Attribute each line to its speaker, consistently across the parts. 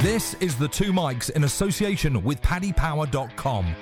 Speaker 1: This is the two mics in association with paddypower.com.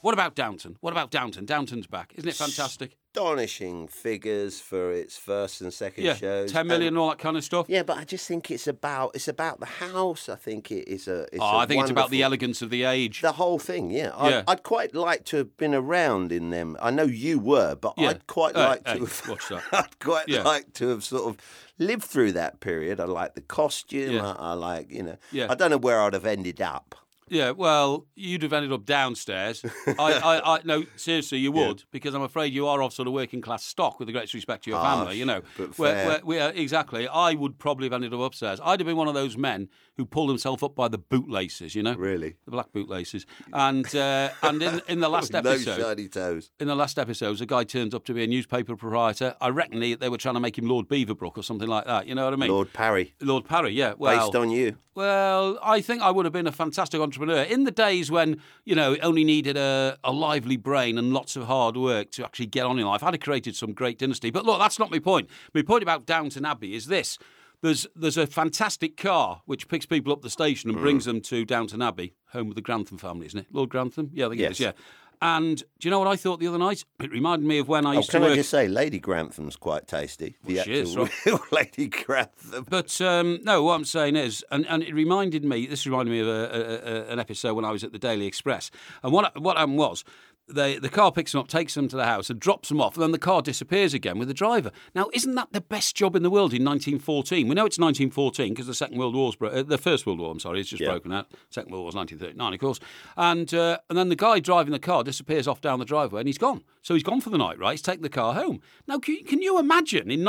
Speaker 2: What about Downton? What about Downton? Downton's back. Isn't it fantastic?
Speaker 3: Astonishing figures for its first and second
Speaker 2: Yeah.
Speaker 3: shows.
Speaker 2: 10 million
Speaker 3: And-
Speaker 2: and all that kind of stuff.
Speaker 3: yeah, but I just think it's about it's about the house. I think it is a. It's
Speaker 2: oh,
Speaker 3: a
Speaker 2: I think it's about the
Speaker 3: wonderful-
Speaker 2: elegance of the age.
Speaker 3: The whole thing, yeah.
Speaker 2: Yeah.
Speaker 3: I'd, I'd quite like to have been around in them. I know you were, but
Speaker 2: Yeah.
Speaker 3: I'd quite
Speaker 2: Hey,
Speaker 3: like
Speaker 2: hey,
Speaker 3: to have.
Speaker 2: watch that.
Speaker 3: I'd quite
Speaker 2: Yeah.
Speaker 3: like to have sort of lived through that period. I like the costume.
Speaker 2: Yeah.
Speaker 3: I, I like, you know.
Speaker 2: Yeah.
Speaker 3: I don't know where I'd have ended up.
Speaker 2: Yeah, well, you'd have ended up downstairs. I, I, I, no, seriously, you would, because I'm afraid you are of sort of working class stock, with the greatest respect to your
Speaker 3: Ah,
Speaker 2: family, you know.
Speaker 3: but fair.
Speaker 2: Where, where, we exactly. I would probably have ended up upstairs. I'd have been one of those men who pull themselves up by the bootlaces, you know,
Speaker 3: Really.
Speaker 2: the black bootlaces. And uh, and in in the last
Speaker 3: no
Speaker 2: episode,
Speaker 3: shiny toes.
Speaker 2: in the last episodes, a guy turns up to be a newspaper proprietor. I reckon he, they were trying to make him Lord Beaverbrook or something like that. You know what I mean?
Speaker 3: Lord Parry,
Speaker 2: Lord Parry, yeah. Well,
Speaker 3: based on you.
Speaker 2: well, I think I would have been a fantastic entrepreneur in the days when, you know, it only needed a, a lively brain and lots of hard work to actually get on in life. I'd have created some great dynasty. But look, that's not my point. My point about Downton Abbey is this. There's, there's a fantastic car which picks people up the station and
Speaker 3: Mm.
Speaker 2: brings them to Downton Abbey, home of the Grantham family, isn't it? Lord Grantham? Yeah, I think it is, yeah.
Speaker 3: Yes.
Speaker 2: And do you know what I thought the other night? It reminded me of when I
Speaker 3: Oh,
Speaker 2: used
Speaker 3: can
Speaker 2: to work...
Speaker 3: I just say, Lady Grantham's quite tasty. The
Speaker 2: Well, she is,
Speaker 3: actual real Lady Grantham.
Speaker 2: But um, no, what I'm saying is, and, and it reminded me. This reminded me of a, a, a, an episode when I was at the Daily Express, and what what happened was. They, the car picks them up, takes them to the house, and drops them off. And then the car disappears again with the driver. Now, isn't that the best job in the world in 1914? We know it's 1914 because the Second World War's bro- uh, the First World War. I'm sorry, it's just
Speaker 3: Yeah.
Speaker 2: broken out. Second World War was 1939, of course. And uh, and then the guy driving the car disappears off down the driveway, and he's gone. So he's gone for the night, right? He's taken the car home. Now, can, can you imagine in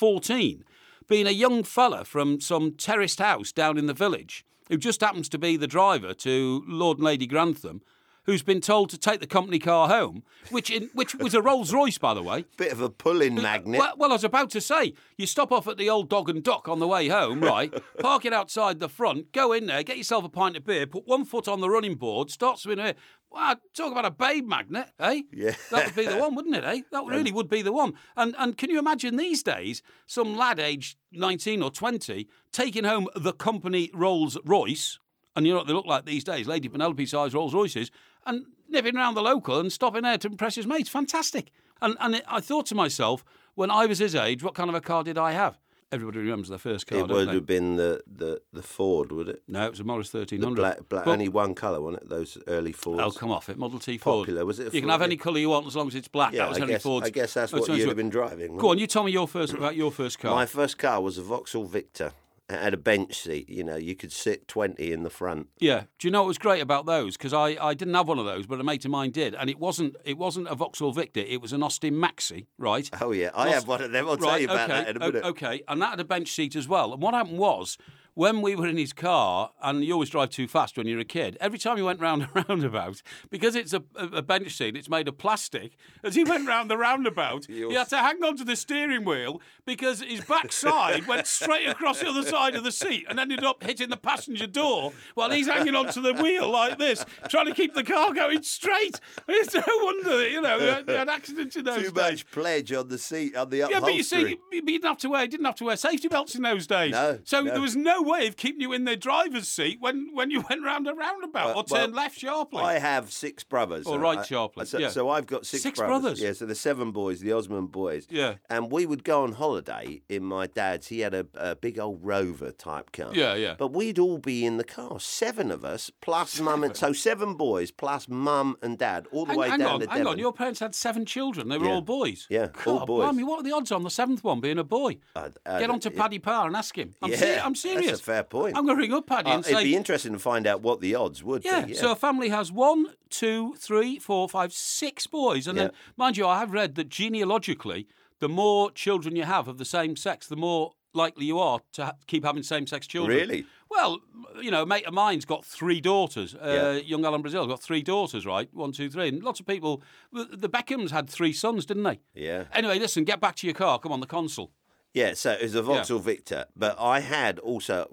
Speaker 2: 1914? being a young fella from some terraced house down in the village who just happens to be the driver to Lord and Lady Grantham, who's been told to take the company car home, which in, which was a Rolls Royce, by the way.
Speaker 3: Bit of a pulling magnet.
Speaker 2: Well, well, I was about to say, you stop off at the old dog and dock on the way home, right? Park it outside the front, go in there, get yourself a pint of beer, put one foot on the running board, start swimming. here. Wow, talk about a babe magnet, eh?
Speaker 3: Yeah.
Speaker 2: That would be the one, wouldn't it, eh? That really would be the one. And and can you imagine these days, some lad aged 19 or 20 taking home the company Rolls Royce, and you know what they look like these days, Lady Penelope sized Rolls Royces, and nipping around the local and stopping there to impress his mates. Fantastic. And, and I thought to myself, when I was his age, what kind of a car did I have? Everybody remembers their first car,
Speaker 3: it
Speaker 2: don't
Speaker 3: would
Speaker 2: they?
Speaker 3: have been the, the, the Ford, would it?
Speaker 2: No, it was a Morris 1300.
Speaker 3: Black, black,
Speaker 2: But-
Speaker 3: only one colour, wasn't it? Those early Fords.
Speaker 2: Oh, come off it. Model T Ford.
Speaker 3: Popular, was it a
Speaker 2: You can
Speaker 3: Ford?
Speaker 2: have any colour you want as long as it's black.
Speaker 3: Yeah,
Speaker 2: that was
Speaker 3: I
Speaker 2: Henry
Speaker 3: guess,
Speaker 2: Ford's.
Speaker 3: I guess that's
Speaker 2: Oh,
Speaker 3: what
Speaker 2: sorry,
Speaker 3: you'd
Speaker 2: sorry.
Speaker 3: have been driving.
Speaker 2: Go on, you tell me your first about your first car.
Speaker 3: My first car was a Vauxhall Victor. It had a bench seat. You know, you could sit 20 in the front.
Speaker 2: Yeah. Do you know what was great about those? Because I, I didn't have one of those, but a mate of mine did, and it wasn't it wasn't a Vauxhall Victor. It was an Austin Maxi, right?
Speaker 3: Oh, yeah. I
Speaker 2: Lost-
Speaker 3: have one of them. I'll tell
Speaker 2: Right,
Speaker 3: you about
Speaker 2: okay,
Speaker 3: that in a
Speaker 2: o-
Speaker 3: minute.
Speaker 2: Okay, and that had a bench seat as well. And what happened was, when we were in his car, and you always drive too fast when you're a kid, every time he went round a roundabout, because it's a, a a bench seat, it's made of plastic, as he went round the roundabout, he had to hang on to the steering wheel because his backside went straight across the other side of the seat and ended up hitting the passenger door while he's hanging onto the wheel like this, trying to keep the car going straight. It's no wonder that, you know, they had- they had accidents in those
Speaker 3: Too
Speaker 2: days.
Speaker 3: much pledge on the seat, on the
Speaker 2: Yeah,
Speaker 3: upholstery.
Speaker 2: but you see, you you didn't have to wear you didn't have to wear safety belts in those days.
Speaker 3: No,
Speaker 2: so
Speaker 3: no.
Speaker 2: there was no way of keeping you in the driver's seat when, when you went round a roundabout or
Speaker 3: Uh, Well,
Speaker 2: turned
Speaker 3: well,
Speaker 2: left sharply.
Speaker 3: I have six brothers.
Speaker 2: Or
Speaker 3: and
Speaker 2: right
Speaker 3: I-
Speaker 2: sharply,
Speaker 3: So,
Speaker 2: yeah.
Speaker 3: so I've got six,
Speaker 2: Six brothers?
Speaker 3: Yeah, so the seven boys, the Osmond boys.
Speaker 2: Yeah.
Speaker 3: And we would go on holiday in my dad's. He had a, a big old Rover type car.
Speaker 2: Yeah, yeah.
Speaker 3: But we'd all be in the car, seven of us, plus mum and so seven boys, plus mum and dad, all the
Speaker 2: hang
Speaker 3: way
Speaker 2: hang
Speaker 3: down
Speaker 2: on,
Speaker 3: to
Speaker 2: hang on.
Speaker 3: Devon.
Speaker 2: Your parents had seven children. They were
Speaker 3: Yeah.
Speaker 2: all boys.
Speaker 3: Yeah,
Speaker 2: God,
Speaker 3: all boys.
Speaker 2: Blimey, what are the odds on the seventh one being a boy?
Speaker 3: I- I
Speaker 2: Get
Speaker 3: don't-
Speaker 2: on to
Speaker 3: it-
Speaker 2: Paddy Power and ask him. I'm,
Speaker 3: Uh, Yeah,
Speaker 2: ser- I'm
Speaker 3: that's a
Speaker 2: serious.
Speaker 3: fair point.
Speaker 2: I'm going to ring up Paddy
Speaker 3: Uh,
Speaker 2: and
Speaker 3: it'd
Speaker 2: say,
Speaker 3: be interesting to find out what the odds would
Speaker 2: Yeah,
Speaker 3: be.
Speaker 2: so a family has one, two, three, four, five, six boys. And then,
Speaker 3: Yeah.
Speaker 2: mind you, I have read that genealogically, the more children you have of the same sex, the more likely you are to ha- keep having same sex children.
Speaker 3: Really?
Speaker 2: Well, you know, a mate of mine's got three daughters. Uh,
Speaker 3: Yeah.
Speaker 2: Young Alan Brazil got three daughters, right? One, two, three. And lots of people, the the Beckhams had three sons, didn't they?
Speaker 3: Yeah.
Speaker 2: Anyway, listen, get back to your car. Come on, the console.
Speaker 3: Yeah, so it was a Vauxhall Victor, but I had also.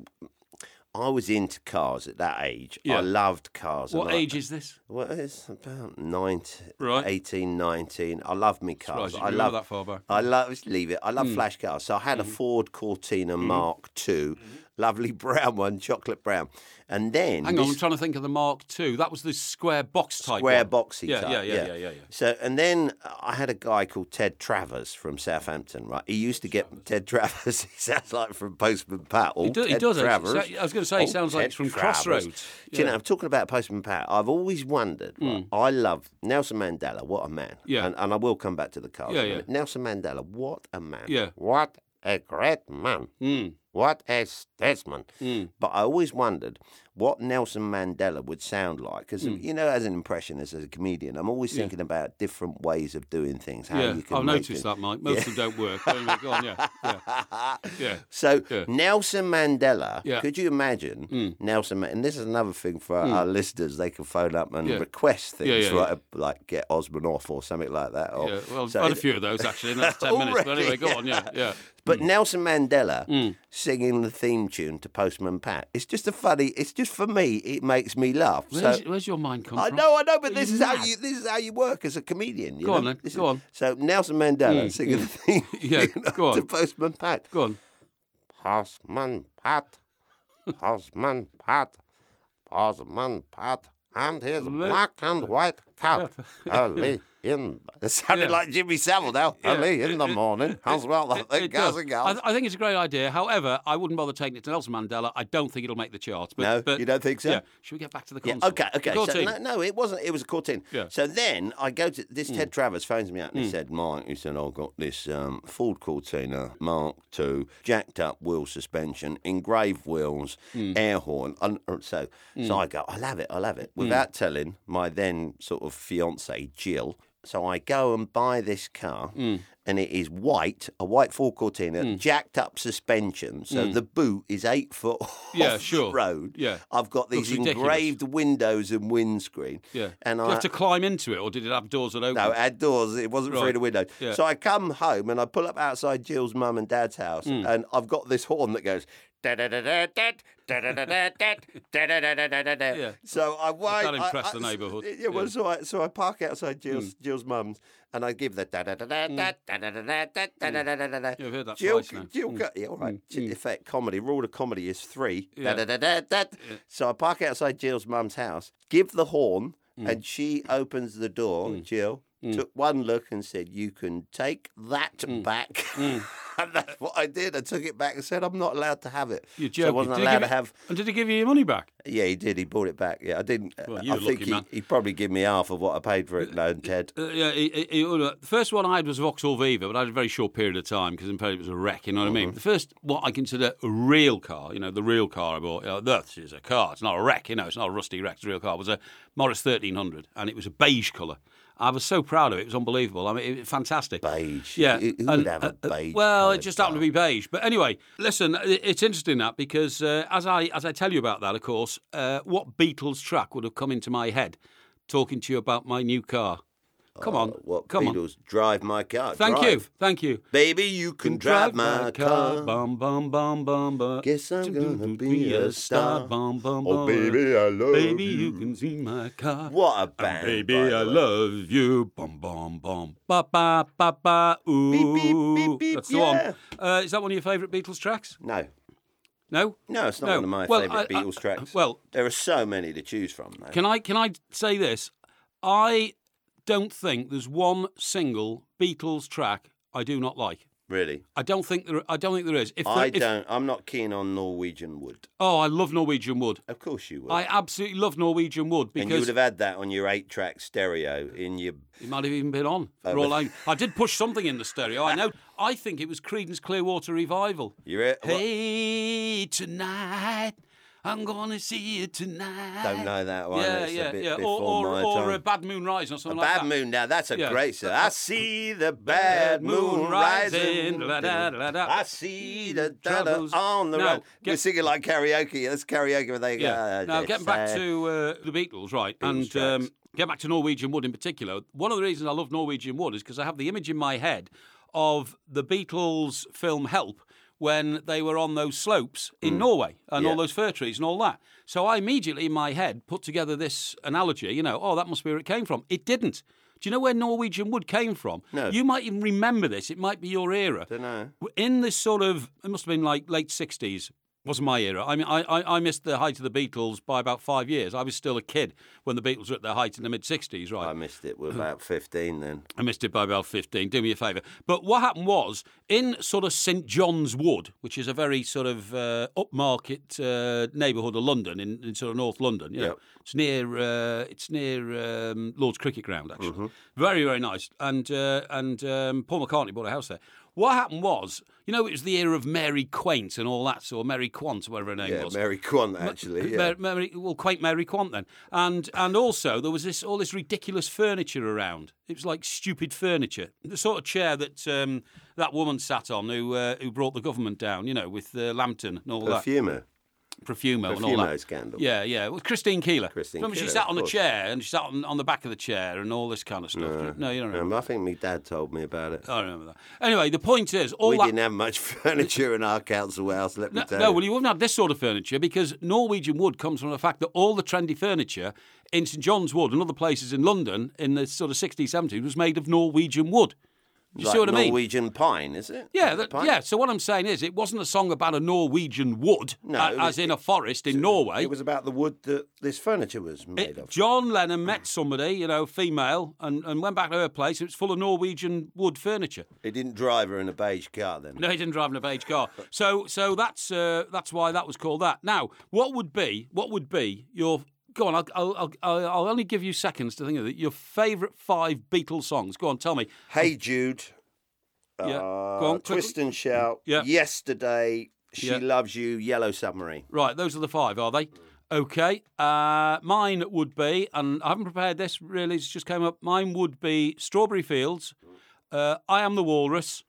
Speaker 3: I was into cars at that age.
Speaker 2: Yeah.
Speaker 3: I loved cars.
Speaker 2: What
Speaker 3: and I-
Speaker 2: age is this?
Speaker 3: Well, it's about 19,
Speaker 2: Right.
Speaker 3: 18, 19. I love me
Speaker 2: Surprised
Speaker 3: cars.
Speaker 2: you
Speaker 3: Oh, I
Speaker 2: can
Speaker 3: love
Speaker 2: remember that Hmm. far back. Hmm.
Speaker 3: I love leave it. I love flash cars. So I had a Ford Cortina Mark II, lovely brown one, chocolate brown. And then
Speaker 2: Hang on, I'm
Speaker 3: this
Speaker 2: trying to think of the Mark II. That was the square box type.
Speaker 3: square
Speaker 2: one.
Speaker 3: boxy
Speaker 2: yeah,
Speaker 3: type.
Speaker 2: Yeah, yeah, yeah, yeah, yeah.
Speaker 3: So and then I had a guy called Ted Travers from Southampton, right? He used to get Ted Travers. he sounds like from Postman Pat. Or
Speaker 2: He do- he
Speaker 3: Ted
Speaker 2: does, actually.
Speaker 3: Travers.
Speaker 2: So- I was gonna say, he
Speaker 3: Oh,
Speaker 2: sounds like
Speaker 3: Ted
Speaker 2: it's from
Speaker 3: Travers.
Speaker 2: Crossroads.
Speaker 3: Do you
Speaker 2: Yeah. Hmm.
Speaker 3: know, I'm talking about Postman Pat. I've always wondered. right, I love Nelson Mandela. What a man.
Speaker 2: Yeah.
Speaker 3: And, and I will come back to the cars.
Speaker 2: Yeah,
Speaker 3: in a
Speaker 2: yeah.
Speaker 3: minute. Nelson Mandela. What a man.
Speaker 2: Yeah.
Speaker 3: What a great man.
Speaker 2: Mm.
Speaker 3: What a statesman.
Speaker 2: Hmm.
Speaker 3: But I always wondered what Nelson Mandela would sound like. Because,
Speaker 2: Hmm.
Speaker 3: you know, as an impressionist, as a comedian, I'm always thinking about different ways of doing things. How
Speaker 2: Yeah,
Speaker 3: you can
Speaker 2: I've
Speaker 3: make
Speaker 2: noticed
Speaker 3: it.
Speaker 2: that, Mike. Most of them don't work. But anyway, go on, yeah, yeah, yeah.
Speaker 3: So
Speaker 2: Yeah.
Speaker 3: Nelson Mandela,
Speaker 2: Yeah. Hmm.
Speaker 3: could you imagine Nelson? Ma- And this is another thing for our listeners; they can phone up and
Speaker 2: Yeah.
Speaker 3: request things,
Speaker 2: Yeah, yeah,
Speaker 3: right? Like get Osman off or something like that. Or,
Speaker 2: yeah. Well, I've
Speaker 3: Oh, so
Speaker 2: had a
Speaker 3: it-
Speaker 2: few Hmm. of those actually in the last ten minutes. But
Speaker 3: Already,
Speaker 2: anyway, go on. Yeah, yeah.
Speaker 3: But Nelson Mandela
Speaker 2: Hmm.
Speaker 3: singing the theme tune to Postman Pat. It's just a funny. It's just for me. It makes me laugh.
Speaker 2: Where's,
Speaker 3: so
Speaker 2: where's your mind come
Speaker 3: I
Speaker 2: from?
Speaker 3: know, I know, but this is how
Speaker 2: mad?
Speaker 3: you this is how you work as a comedian. You
Speaker 2: Go
Speaker 3: know?
Speaker 2: on then,
Speaker 3: This
Speaker 2: go
Speaker 3: is-
Speaker 2: on. Mm,
Speaker 3: So Nelson Mandela singing the theme
Speaker 2: Yeah,
Speaker 3: tune
Speaker 2: go on.
Speaker 3: to Postman Pat.
Speaker 2: Go on.
Speaker 3: Postman Pat, Postman Pat, Postman Pat, and his black and white cat early in. It sounded
Speaker 2: Yeah.
Speaker 3: like Jimmy Savile now. Early in the morning, as well. I think, guys
Speaker 2: does.
Speaker 3: and
Speaker 2: I,
Speaker 3: gals.
Speaker 2: th- I think it's a great idea. However, I wouldn't bother taking it to Nelson Mandela. I don't think it'll make the charts. But,
Speaker 3: No,
Speaker 2: but-
Speaker 3: you don't think so?
Speaker 2: Yeah. Should we get back to the
Speaker 3: Yeah,
Speaker 2: concert?
Speaker 3: okay, okay.
Speaker 2: Go
Speaker 3: So,
Speaker 2: team.
Speaker 3: no, no, it wasn't. It was a cool tin.
Speaker 2: Yeah. Hmm.
Speaker 3: So then I go to this Ted Travers phones me up and he said, Mike, he said, I've got this um, Ford Cortina Mark II, jacked up wheel suspension, engraved wheels,
Speaker 2: Hmm.
Speaker 3: air horn. And and so, so I go, I love it, I love it.
Speaker 2: Hmm.
Speaker 3: Without telling my then sort of fiance, Jill. So I go and buy this car.
Speaker 2: Hmm.
Speaker 3: And it is white, a white Ford Cortina, jacked up suspension. So the boot is eight foot
Speaker 2: Hmm. Yeah,
Speaker 3: off the
Speaker 2: sure.
Speaker 3: road.
Speaker 2: Yeah.
Speaker 3: I've got
Speaker 2: Looks
Speaker 3: these
Speaker 2: ridiculous.
Speaker 3: engraved windows and windscreen.
Speaker 2: Yeah.
Speaker 3: And
Speaker 2: Do
Speaker 3: I
Speaker 2: you have to climb into it, or did it have doors that open?
Speaker 3: no outdoors. It wasn't through
Speaker 2: Right.
Speaker 3: the window.
Speaker 2: Yeah.
Speaker 3: So I come home and I pull up outside Jill's mum and dad's house,
Speaker 2: Mm.
Speaker 3: and I've got this horn that goes. "Da-da-da-da-dat, da-da-da-da-dat, da-da-da-da-da-da-da."
Speaker 2: Yeah,
Speaker 3: So I wait.
Speaker 2: that'll
Speaker 3: I-
Speaker 2: impress
Speaker 3: I-
Speaker 2: the neighbourhood.
Speaker 3: Yeah, well,
Speaker 2: Yeah. Mm.
Speaker 3: so I so I park outside Jill's Jill's mum's, and I give the da da da da da da da da da da da da da.
Speaker 2: Mm. Yeah, I've heard that
Speaker 3: Jill,
Speaker 2: twice now. Hmm.
Speaker 3: Jill, go- yeah, all right. In fact, comedy rule of comedy is three. Da, da, da, da, da. So I park outside Jill's mum's house, give the horn,
Speaker 2: Hmm.
Speaker 3: and she opens the door. Jill took one look and said, "You can take that
Speaker 2: Hmm.
Speaker 3: back." and that's what I did. I took it back and said, "I'm not allowed to have it."
Speaker 2: You're
Speaker 3: So I
Speaker 2: joking.
Speaker 3: wasn't
Speaker 2: Did he
Speaker 3: allowed
Speaker 2: give
Speaker 3: to
Speaker 2: it-
Speaker 3: have.
Speaker 2: And did he give you your money back?
Speaker 3: Yeah, he did. He bought it back. Yeah, I didn't. uh,
Speaker 2: Well,
Speaker 3: I
Speaker 2: you're a
Speaker 3: think
Speaker 2: lucky
Speaker 3: he,
Speaker 2: man.
Speaker 3: he probably give me half of what I paid for it. No, Ted.
Speaker 2: Uh, yeah, he- he- he ordered- the first one I had was Vauxhall Viva, but I had a very short period of time because in fact it was a wreck. You know what I mean? The first, what I consider a real car, you know, the real car I bought. You know, that is a car. It's not a wreck. You know, it's not a rusty wreck. It's a real car. It was a Morris 1300, and it was a beige colour. I was so proud of it. It was unbelievable. I mean, it, it- fantastic.
Speaker 3: Beige.
Speaker 2: Yeah.
Speaker 3: Who,
Speaker 2: and,
Speaker 3: who would have
Speaker 2: uh,
Speaker 3: a
Speaker 2: uh,
Speaker 3: beige?
Speaker 2: Well, it
Speaker 3: coloured
Speaker 2: just happened to be beige. But anyway, listen, i- it's interesting that because uh, as I as I tell you about that, of course, uh, what Beatles track would have come into my head talking to you about my new car? Come on,
Speaker 3: Uh, What
Speaker 2: come on.
Speaker 3: Beatles drive my car?
Speaker 2: Thank
Speaker 3: Drive.
Speaker 2: you, thank you.
Speaker 3: Baby, you can drive my car.
Speaker 2: Bum, bum, bum, bum, bum.
Speaker 3: Guess I'm gonna be a star.
Speaker 2: Bum, bum,
Speaker 3: Oh,
Speaker 2: bum.
Speaker 3: baby, I love
Speaker 2: Baby,
Speaker 3: you.
Speaker 2: you can see my car.
Speaker 3: What a
Speaker 2: And
Speaker 3: band.
Speaker 2: baby,
Speaker 3: by the
Speaker 2: I
Speaker 3: way.
Speaker 2: love you. Bum, bum, bum. Ba, ba, ba, ba. Ooh.
Speaker 3: beep, beep, beep,
Speaker 2: That's the
Speaker 3: yeah.
Speaker 2: one. Uh, is that one of your favourite Beatles tracks?
Speaker 3: No.
Speaker 2: No?
Speaker 3: No, it's not
Speaker 2: No.
Speaker 3: one of my
Speaker 2: Well,
Speaker 3: favourite
Speaker 2: I- I-
Speaker 3: Beatles tracks.
Speaker 2: well-
Speaker 3: there are so many to choose from, though.
Speaker 2: Can I can I say this? I don't think there's one single Beatles track I do not like.
Speaker 3: really.
Speaker 2: I don't think there. I don't think there is. If there,
Speaker 3: I
Speaker 2: if-
Speaker 3: don't. I'm not keen on Norwegian wood.
Speaker 2: Oh, I love Norwegian Wood.
Speaker 3: Of course you would.
Speaker 2: I absolutely love Norwegian Wood
Speaker 3: and you would
Speaker 2: because
Speaker 3: have had that on your eight-track stereo in your.
Speaker 2: it might have even been on. For all I, I did push something in the stereo. I know. I think it was Creedence Clearwater Revival.
Speaker 3: Your what-
Speaker 2: Hey tonight, I'm gonna see you tonight.
Speaker 3: Don't know that one.
Speaker 2: Yeah,
Speaker 3: It's a
Speaker 2: yeah,
Speaker 3: bit
Speaker 2: yeah.
Speaker 3: before
Speaker 2: Or, or,
Speaker 3: my
Speaker 2: or
Speaker 3: time.
Speaker 2: a Bad Moon Rising or something like
Speaker 3: bad
Speaker 2: that.
Speaker 3: moon. Now that's a
Speaker 2: Yeah.
Speaker 3: great song. I see the bad moon rising.
Speaker 2: la da, da, da.
Speaker 3: I see the da
Speaker 2: Troubles.
Speaker 3: on the
Speaker 2: No,
Speaker 3: road. We're
Speaker 2: get-
Speaker 3: singing like karaoke. That's karaoke where they go.
Speaker 2: Yeah.
Speaker 3: "Ah,
Speaker 2: now,
Speaker 3: this
Speaker 2: getting back
Speaker 3: sad
Speaker 2: to uh, the Beatles, right?
Speaker 3: Beatles
Speaker 2: and um,
Speaker 3: tracks.
Speaker 2: get back to Norwegian Wood in particular. One of the reasons I love Norwegian Wood is because I have the image in my head of the Beatles film Help when they were on those slopes in Norway and all
Speaker 3: Mm. Yeah.
Speaker 2: those fir trees and all that. So I immediately in my head put together this analogy, you know, oh, that must be where it came from. It didn't. Do you know where Norwegian Wood came from?
Speaker 3: No.
Speaker 2: You might even remember this. It might be your era
Speaker 3: Dunno.
Speaker 2: in this sort of it must have been like late 60s wasn't my era. I mean, I, I, I missed the height of the Beatles by about five years. I was still a kid when the Beatles were at their height in the mid 60s, right?
Speaker 3: I missed it. We're about 15 then.
Speaker 2: I missed it by about 15. Do me a favour. But what happened was, in sort of St John's Wood, which is a very sort of uh, upmarket uh, neighbourhood of London, in, in sort of North London, you know,
Speaker 3: Yep.
Speaker 2: it's near, uh, it's near um, Lord's Cricket Ground, actually. Very, very nice. And, uh, and um, Paul McCartney bought a house there. What happened was, you know, it was the era of Mary Quaint and all that, so Mary Quant, whatever her name
Speaker 3: Yeah,
Speaker 2: was.
Speaker 3: Mary Quant, actually. Yeah.
Speaker 2: Mary, Mary, well, quaint Mary Quant then, and and also there was this all this ridiculous furniture around. It was like stupid furniture, the sort of chair that um, that woman sat on who uh, who brought the government down, you know, with uh, Lambton and all that,
Speaker 3: Perfumer.
Speaker 2: Profumo and all
Speaker 3: Perfumo
Speaker 2: that.
Speaker 3: scandal.
Speaker 2: Yeah, yeah. Well, Christine Keeler.
Speaker 3: Christine
Speaker 2: Remember,
Speaker 3: Keeler,
Speaker 2: she sat
Speaker 3: of
Speaker 2: on a
Speaker 3: course.
Speaker 2: chair and she sat on, on the back of the chair and all this kind of stuff. No, you don't remember.
Speaker 3: Um, I think my dad told me about it.
Speaker 2: I remember that. Anyway, the point is, all
Speaker 3: we
Speaker 2: that
Speaker 3: didn't have much furniture in our council house, let me
Speaker 2: No,
Speaker 3: tell
Speaker 2: no,
Speaker 3: you.
Speaker 2: well, you wouldn't have this sort of furniture because Norwegian wood comes from the fact that all the trendy furniture in St John's Wood and other places in London in the sort of 60s, 70s was made of Norwegian wood. Do you
Speaker 3: like
Speaker 2: see what I mean?
Speaker 3: Norwegian pine, is it? Is
Speaker 2: yeah,
Speaker 3: it
Speaker 2: that-
Speaker 3: pine?
Speaker 2: yeah. So what I'm saying is, it wasn't a song about a Norwegian wood,
Speaker 3: No,
Speaker 2: a-
Speaker 3: it
Speaker 2: as
Speaker 3: was-
Speaker 2: in a forest in Norway.
Speaker 3: It was about the wood that this furniture was made of.
Speaker 2: John Lennon met somebody, you know, female, and, and went back to her place. It was full of Norwegian wood furniture.
Speaker 3: He didn't drive her in a beige car then.
Speaker 2: No, he didn't drive in a beige car. So, so that's uh, that's why that was called that. Now, what would be what would be your go on? I'll I'll, I'll- I'll, I'll only give you seconds to think of it. Your favourite five Beatles songs. Go on, tell me.
Speaker 3: Hey Jude.
Speaker 2: Yeah,
Speaker 3: uh,
Speaker 2: go on, quick-
Speaker 3: Twist and shout.
Speaker 2: Yeah.
Speaker 3: Yesterday. She
Speaker 2: Yeah.
Speaker 3: loves you. Yellow submarine.
Speaker 2: Right, those are the five, are they? Okay. Uh, mine would be, and I haven't prepared this really. It's just came up. Mine would be Strawberry Fields. Uh, I am the Walrus.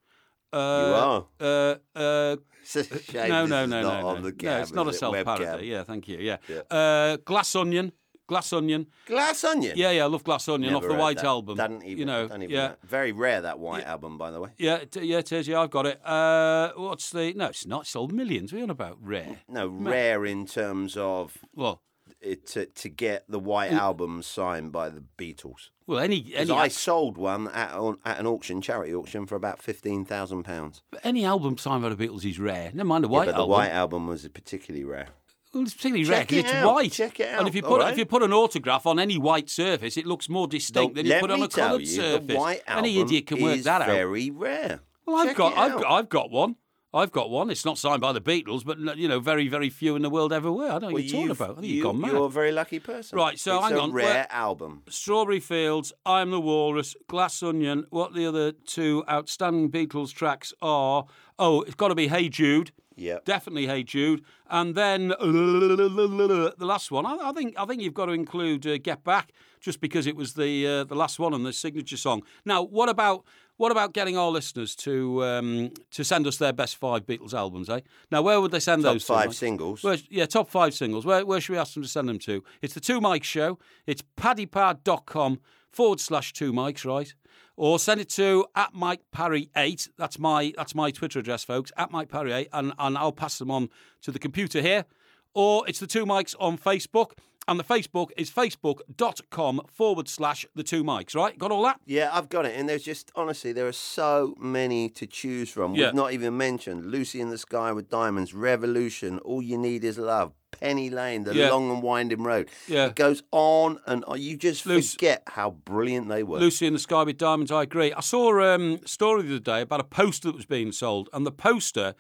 Speaker 2: Uh, you are. Uh, uh,
Speaker 3: It's a shame
Speaker 2: no,
Speaker 3: this
Speaker 2: no,
Speaker 3: is
Speaker 2: no,
Speaker 3: not
Speaker 2: no,
Speaker 3: on
Speaker 2: no.
Speaker 3: the
Speaker 2: no,
Speaker 3: cam,
Speaker 2: it's not a
Speaker 3: is it?
Speaker 2: self parody.
Speaker 3: Webcam.
Speaker 2: Yeah, thank you. Yeah. Uh, glass onion, glass onion.
Speaker 3: Glass Onion.
Speaker 2: Yeah, yeah, I love glass onion off
Speaker 3: Never
Speaker 2: the
Speaker 3: heard
Speaker 2: White
Speaker 3: that.
Speaker 2: album.
Speaker 3: Doesn't even,
Speaker 2: you know,
Speaker 3: don't even
Speaker 2: yeah.
Speaker 3: know. Very rare that White album, by the way.
Speaker 2: Yeah, it- yeah, it is. Yeah, I've got it. Uh, what's the? No, it's not. It sold millions. What are you on about? Rare.
Speaker 3: No, rare in terms of
Speaker 2: Well,
Speaker 3: it to, to get the White album signed by the Beatles.
Speaker 2: well, any any
Speaker 3: Because I sold one at, on, at an auction, charity auction, for about fifteen thousand pounds.
Speaker 2: any album signed by the Beatles is rare. Never mind the
Speaker 3: But
Speaker 2: White
Speaker 3: the
Speaker 2: album.
Speaker 3: White album was particularly rare.
Speaker 2: Well, it's particularly rare
Speaker 3: Check
Speaker 2: 'cause
Speaker 3: it
Speaker 2: it's
Speaker 3: out,
Speaker 2: white.
Speaker 3: check it
Speaker 2: And if
Speaker 3: out,
Speaker 2: you put
Speaker 3: all right.
Speaker 2: if you put an autograph on any white surface, it looks more distinct than you
Speaker 3: Let
Speaker 2: put on
Speaker 3: me
Speaker 2: a
Speaker 3: tell
Speaker 2: coloured
Speaker 3: you,
Speaker 2: surface.
Speaker 3: the White album
Speaker 2: any idiot can work
Speaker 3: is
Speaker 2: that out.
Speaker 3: Very rare.
Speaker 2: Well, I've
Speaker 3: Check
Speaker 2: got,
Speaker 3: it
Speaker 2: I've
Speaker 3: out.
Speaker 2: got, I've got one. I've got one. It's not signed by the Beatles, but you know, very, very few in the world ever were. I don't know what
Speaker 3: Well,
Speaker 2: you're talking
Speaker 3: you've-
Speaker 2: about. I think
Speaker 3: you,
Speaker 2: you've gone mad.
Speaker 3: You're a very lucky person.
Speaker 2: Right, so
Speaker 3: it's
Speaker 2: hang
Speaker 3: a
Speaker 2: on,
Speaker 3: rare
Speaker 2: where-
Speaker 3: album.
Speaker 2: Strawberry Fields, I'm the Walrus, Glass Onion. What the other two outstanding Beatles tracks are? Oh, it's got to be Hey Jude.
Speaker 3: Yep.
Speaker 2: Definitely Hey Jude. And then the last one. I, I think I think you've got to include uh, Get Back just because it was the uh, the last one and the signature song. Now, what about what about getting our listeners to um, to send us their best five Beatles albums, eh? Now, where would they send
Speaker 3: Top
Speaker 2: those to,
Speaker 3: five
Speaker 2: Mike?
Speaker 3: singles.
Speaker 2: Where, yeah, top five singles. Where, where should we ask them to send them to? It's the Two Mike Show. It's paddypad.com forward slash two mics, right? Or send it to at Mike Parry eight. That's my that's my Twitter address, folks. At Mike Parry eight, and, and I'll pass them on to the computer here. Or it's the two mics on Facebook, and the Facebook is facebook.com forward slash the two mics. Right? Got all that?
Speaker 3: Yeah, I've got it. And there's just, honestly, there are so many to choose from.
Speaker 2: Yeah.
Speaker 3: We've not even mentioned Lucy in the Sky with Diamonds, Revolution, All You Need Is Love, Penny Lane, The
Speaker 2: Yeah.
Speaker 3: Long and Winding Road.
Speaker 2: Yeah.
Speaker 3: It goes on and on. You just
Speaker 2: Lucy-
Speaker 3: forget how brilliant they were.
Speaker 2: Lucy in the Sky with Diamonds, I agree. I saw um, a story the other day about a poster that was being sold, and the poster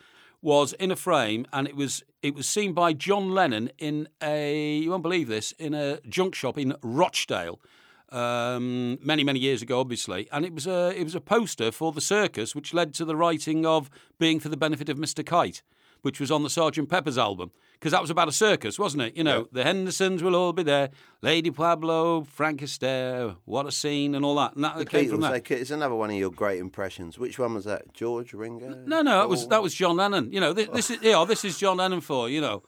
Speaker 2: was in a frame, and it was it was seen by John Lennon in a you won't believe this in a junk shop in Rochdale. Um, many many years ago, obviously, and it was a it was a poster for the circus, which led to the writing of "Being for the Benefit of Mr. Kite," which was on the Sergeant Pepper's album, because that was about a circus, wasn't it? You know, the Hendersons will all be there, Lady Pablo, Frank Astaire, what a scene, and all that. And that came from
Speaker 3: Beatles,
Speaker 2: that.
Speaker 3: they could- it's another one of your great impressions. Which one was that? George Ringo?
Speaker 2: No, no, that
Speaker 3: oh.
Speaker 2: was that was John Lennon. You know, this, this is yeah, this is John Lennon for you know.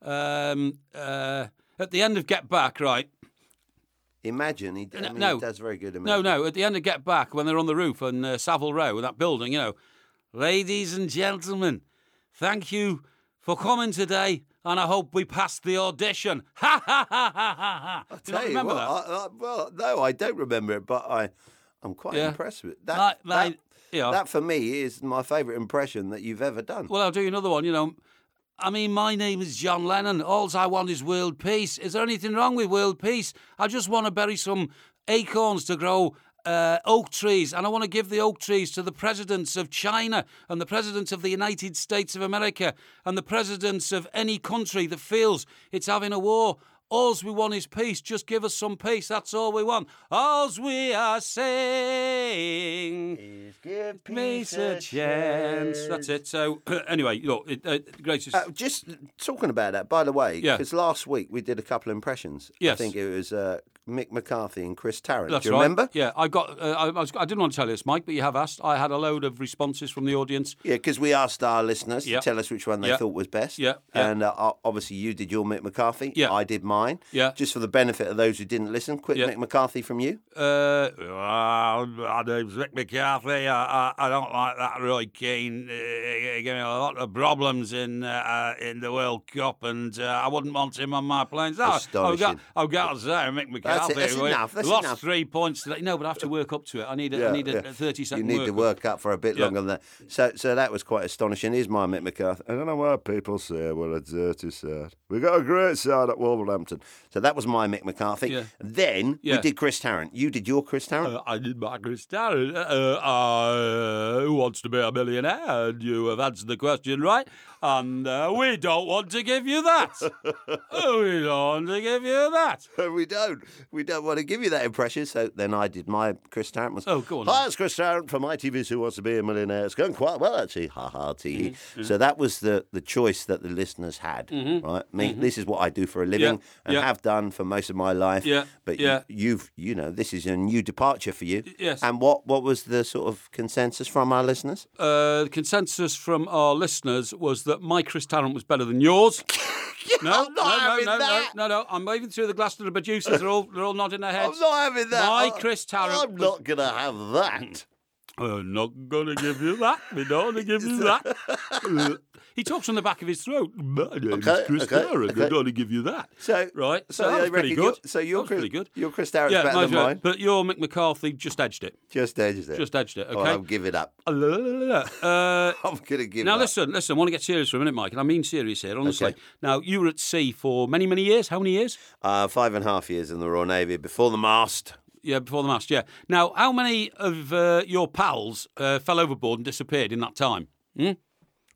Speaker 2: Um, uh, at the end of Get Back, right?
Speaker 3: Imagine. He, I mean,
Speaker 2: no.
Speaker 3: he does very good
Speaker 2: No,
Speaker 3: Imagine.
Speaker 2: no. At the end of Get Back, when they're on the roof on uh, Savile Row, that building, you know, ladies and gentlemen, thank you for coming today, and I hope we passed the audition. Ha ha ha ha ha ha. Do you
Speaker 3: Tell
Speaker 2: not
Speaker 3: you
Speaker 2: remember
Speaker 3: what,
Speaker 2: that?
Speaker 3: I, I, well, no, I don't remember it, but I, I'm quite
Speaker 2: Yeah.
Speaker 3: impressed with that.
Speaker 2: Like- like,
Speaker 3: that,
Speaker 2: yeah.
Speaker 3: that for me is my favourite impression that you've ever done.
Speaker 2: Well, I'll do you another one. You know, I mean, my name is John Lennon. All I want is world peace. Is there anything wrong with world peace? I just want to bury some acorns to grow uh, oak trees, and I want to give the oak trees to the presidents of China and the presidents of the United States of America and the presidents of any country that feels it's having a war. Alls we want is peace. Just give us some peace. That's all we want. Alls we are saying
Speaker 3: Give
Speaker 2: peace a chance. That's it. So anyway, look, it, uh, greatest.
Speaker 3: Uh, just talking about that, by the way,
Speaker 2: Yeah.
Speaker 3: because last week we did a couple of impressions. I
Speaker 2: Yes.
Speaker 3: think it was uh, Mick McCarthy and Chris Tarrant.
Speaker 2: That's
Speaker 3: Do you
Speaker 2: right.
Speaker 3: remember?
Speaker 2: Yeah, I got. Uh, I, I, was, I didn't want to tell you this, Mike, but you have asked. I had a load of responses from the audience.
Speaker 3: Yeah, because we asked our listeners
Speaker 2: Yeah.
Speaker 3: to tell us which one they
Speaker 2: Yeah.
Speaker 3: thought was best.
Speaker 2: Yeah, yeah.
Speaker 3: And uh, o- obviously, you did your Mick McCarthy.
Speaker 2: Yeah.
Speaker 3: I did mine.
Speaker 2: Yeah.
Speaker 3: Just for the benefit of those who didn't listen, quick
Speaker 2: Yeah.
Speaker 3: Mick McCarthy from you.
Speaker 2: Uh, well, my name's Mick McCarthy. I, I, I don't like that Roy Keane. Uh, he gave me a lot of problems in uh, uh, in the World Cup, and uh, I wouldn't want him on my planes. No, I've got,
Speaker 3: Astonishing.
Speaker 2: I've got to say, Mick
Speaker 3: That's
Speaker 2: McCarthy
Speaker 3: it, that's
Speaker 2: we
Speaker 3: enough, that's
Speaker 2: lost
Speaker 3: enough.
Speaker 2: three points today. No, but I have to work up to it. I need a, I need a, a thirty second.
Speaker 3: You need
Speaker 2: work.
Speaker 3: to work up for a bit
Speaker 2: Yeah.
Speaker 3: longer than that. So, so that was quite astonishing. Here's my Mick McCarthy. I don't know why people say we're a dirty side. We got a great side at Wolverhampton. So that was my Mick McCarthy.
Speaker 2: Yeah.
Speaker 3: Then
Speaker 2: Yeah.
Speaker 3: we did Chris Tarrant. You did your Chris Tarrant.
Speaker 2: Uh, I did my Tarrant. Uh, uh, who wants to be a millionaire? And you have answered the question right. And uh, we don't want to give you that. Uh, we don't want to give you that.
Speaker 3: we don't. We don't want to give you that impression. So then I did my Chris Tarrant was.
Speaker 2: Oh, go on.
Speaker 3: Hi, it's Chris Tarrant from ITV's Who Wants to Be a Millionaire. It's going quite well actually. Ha ha tee.
Speaker 2: Mm-hmm,
Speaker 3: So that was the the choice that the listeners had. Right. Me. This is what I do for a living and
Speaker 2: mm-hmm. yeah.
Speaker 3: have done for most of my life.
Speaker 2: Yeah,
Speaker 3: But
Speaker 2: yeah.
Speaker 3: You, you've you know this is a new departure for you.
Speaker 2: yes.
Speaker 3: And what what was the sort of consensus from our listeners?
Speaker 2: Uh, the consensus from our listeners was that my Chris Tarrant was better than yours. No, no,
Speaker 3: I'm not
Speaker 2: no,
Speaker 3: having
Speaker 2: no, no,
Speaker 3: that.
Speaker 2: no, no. I'm waving through the glass to the producers. They're all, they're all nodding their heads.
Speaker 3: I'm not having that.
Speaker 2: My
Speaker 3: I-
Speaker 2: Chris Tarrant
Speaker 3: I'm
Speaker 2: was-
Speaker 3: not going to have that.
Speaker 2: I'm not going to give you that. We don't want to give you that. he talks on the back of his throat. My name's
Speaker 3: Okay,
Speaker 2: Chris
Speaker 3: okay,
Speaker 2: Tarrant. I
Speaker 3: okay.
Speaker 2: don't want to give you that.
Speaker 3: So
Speaker 2: right, so,
Speaker 3: they
Speaker 2: that was pretty
Speaker 3: reckon
Speaker 2: good.
Speaker 3: your- So your
Speaker 2: That was
Speaker 3: Chris,
Speaker 2: pretty good.
Speaker 3: your Chris Tarrant's better
Speaker 2: mine's
Speaker 3: than
Speaker 2: right.
Speaker 3: mine.
Speaker 2: But your Mick McCarthy just edged it.
Speaker 3: Just edges it.
Speaker 2: Just edged it.
Speaker 3: Oh,
Speaker 2: Okay.
Speaker 3: I'm giving up.
Speaker 2: La, la, la, la. Uh,
Speaker 3: I'm going to give
Speaker 2: now
Speaker 3: up.
Speaker 2: listen, listen. I want to get serious for a minute, Mike, and I mean serious here. Honestly.
Speaker 3: Okay.
Speaker 2: Now you were at sea for many, many years. How many years?
Speaker 3: Uh, five and a half years in the Royal Navy before the mast.
Speaker 2: Yeah, before the mast. Yeah. Now, how many of uh, your pals uh, fell overboard and disappeared in that time?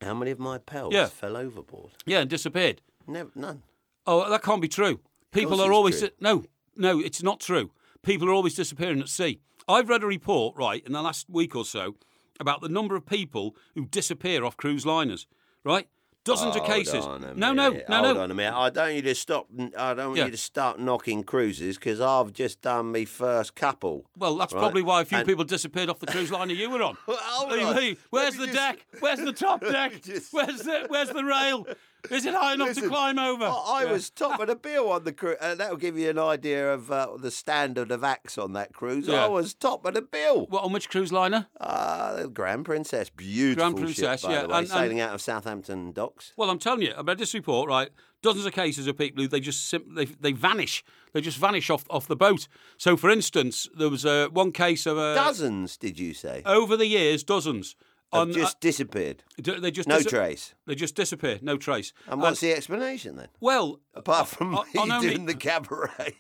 Speaker 3: How many of my pals
Speaker 2: Yeah.
Speaker 3: fell overboard?
Speaker 2: Yeah, and disappeared.
Speaker 3: Never, none.
Speaker 2: Oh, that can't be true. People
Speaker 3: course
Speaker 2: are
Speaker 3: it's
Speaker 2: always
Speaker 3: true.
Speaker 2: no, no, it's not true. People are always disappearing at sea. I've read a report right in the last week or so about the number of people who disappear off cruise liners. Right, dozens of
Speaker 3: Hold
Speaker 2: cases.
Speaker 3: on a
Speaker 2: no, no,
Speaker 3: minute.
Speaker 2: no,
Speaker 3: Hold
Speaker 2: no.
Speaker 3: on a minute. I don't want you to stop. I don't want
Speaker 2: Yeah.
Speaker 3: you to start knocking cruises because I've just done me first couple.
Speaker 2: Well, that's
Speaker 3: Right.
Speaker 2: probably why a few
Speaker 3: And-
Speaker 2: people disappeared off the cruise liner you were on.
Speaker 3: Hold
Speaker 2: Hey,
Speaker 3: on.
Speaker 2: hey, Where's
Speaker 3: Let me
Speaker 2: the
Speaker 3: just-
Speaker 2: deck? Where's the top deck?
Speaker 3: just-
Speaker 2: Where's the Where's the rail? Is it high enough to
Speaker 3: Listen,
Speaker 2: climb over?
Speaker 3: I, I
Speaker 2: Yeah.
Speaker 3: was top of the bill on the cruise, and that'll give you an idea of uh, the standard of acts on that cruise.
Speaker 2: Yeah.
Speaker 3: I was top of the bill.
Speaker 2: What on which cruise liner?
Speaker 3: Uh, the Grand Princess, beautiful
Speaker 2: Grand Princess,
Speaker 3: ship, by
Speaker 2: yeah,
Speaker 3: the way,
Speaker 2: and- and-
Speaker 3: sailing out of Southampton docks.
Speaker 2: Well, I'm telling you, I read this report, right? Dozens of cases of people who they just sim- they, they vanish. They just vanish off, off the boat. So, for instance, there was uh, one case of uh,
Speaker 3: Dozens, did you say?
Speaker 2: over the years, dozens.
Speaker 3: Have
Speaker 2: On,
Speaker 3: just disappeared.
Speaker 2: uh, d- they just
Speaker 3: No
Speaker 2: disa-
Speaker 3: trace.
Speaker 2: They just disappear. No trace.
Speaker 3: And what's the explanation then?
Speaker 2: Well,
Speaker 3: Apart from
Speaker 2: on-
Speaker 3: me
Speaker 2: on only-
Speaker 3: doing the cabaret.